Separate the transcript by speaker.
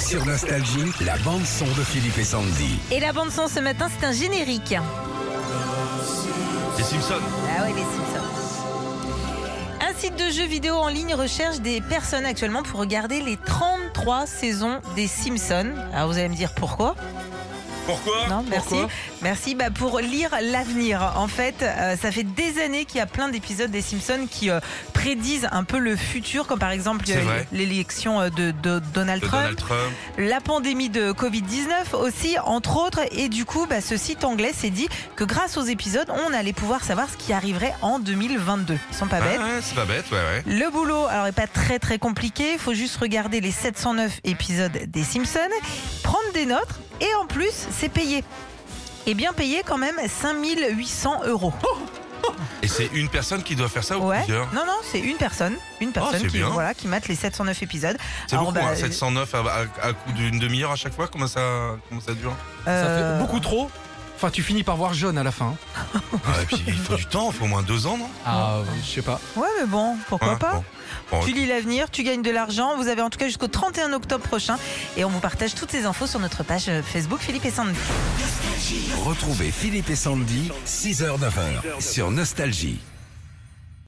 Speaker 1: Sur Nostalgie, la bande-son de Philippe et Sandy.
Speaker 2: Et la bande son ce matin, c'est un générique.
Speaker 3: Les Simpsons.
Speaker 2: Ah oui, les Simpsons. Un site de jeux vidéo en ligne recherche des personnes actuellement pour regarder les 33 saisons des Simpsons. Alors vous allez me dire pourquoi
Speaker 3: Pourquoi
Speaker 2: Non, merci.
Speaker 3: Pourquoi
Speaker 2: merci. Bah, pour lire l'avenir. En fait, euh, ça fait des années qu'il y a plein d'épisodes des Simpsons qui euh, prédisent un peu le futur, comme par exemple
Speaker 3: C'est
Speaker 2: euh,
Speaker 3: vrai.
Speaker 2: l'élection euh, de, de Donald
Speaker 3: De
Speaker 2: Trump.
Speaker 3: Donald Trump.
Speaker 2: la pandémie de Covid-19 aussi, entre autres. Et du coup, bah, ce site anglais s'est dit que grâce aux épisodes, on allait pouvoir savoir ce qui arriverait en 2022. Ils sont pas
Speaker 3: Ah
Speaker 2: bêtes.
Speaker 3: ouais, c'est pas bête, ouais, ouais.
Speaker 2: Le boulot, alors, est pas très très compliqué. Il faut juste regarder les 709 épisodes des Simpsons, prendre des notes, et en plus, c'est payé. Et bien payé quand même 5800 euros.
Speaker 3: Oh, Et c'est une personne qui doit faire ça ou
Speaker 2: ouais.
Speaker 3: plusieurs
Speaker 2: Non, non, c'est une personne. Une personne
Speaker 3: oh, Ah, c'est
Speaker 2: qui,
Speaker 3: bien.
Speaker 2: voilà, qui mate les 709 épisodes.
Speaker 3: C'est
Speaker 2: Alors,
Speaker 3: beaucoup,
Speaker 2: bah,
Speaker 3: hein, 709 à, à- à coup d'une demi-heure à chaque fois, comment ça, comment ça dure
Speaker 4: Ça
Speaker 2: euh,
Speaker 4: fait beaucoup trop. Enfin, tu finis par voir jaune à la fin.
Speaker 3: Ah, et puis il faut du temps, il faut au moins deux ans, non
Speaker 4: Ah, je sais pas.
Speaker 2: Ouais, mais bon, pourquoi
Speaker 3: Hein,
Speaker 2: pas
Speaker 3: bon. Bon,
Speaker 2: Tu lis l'avenir, tu gagnes de l'argent. Vous avez en tout cas jusqu'au 31 octobre prochain. Et on vous partage toutes ces infos sur notre page euh, Facebook Philippe et Sandy.
Speaker 1: Retrouvez Philippe et Sandy, 6h-9h, sur Nostalgie.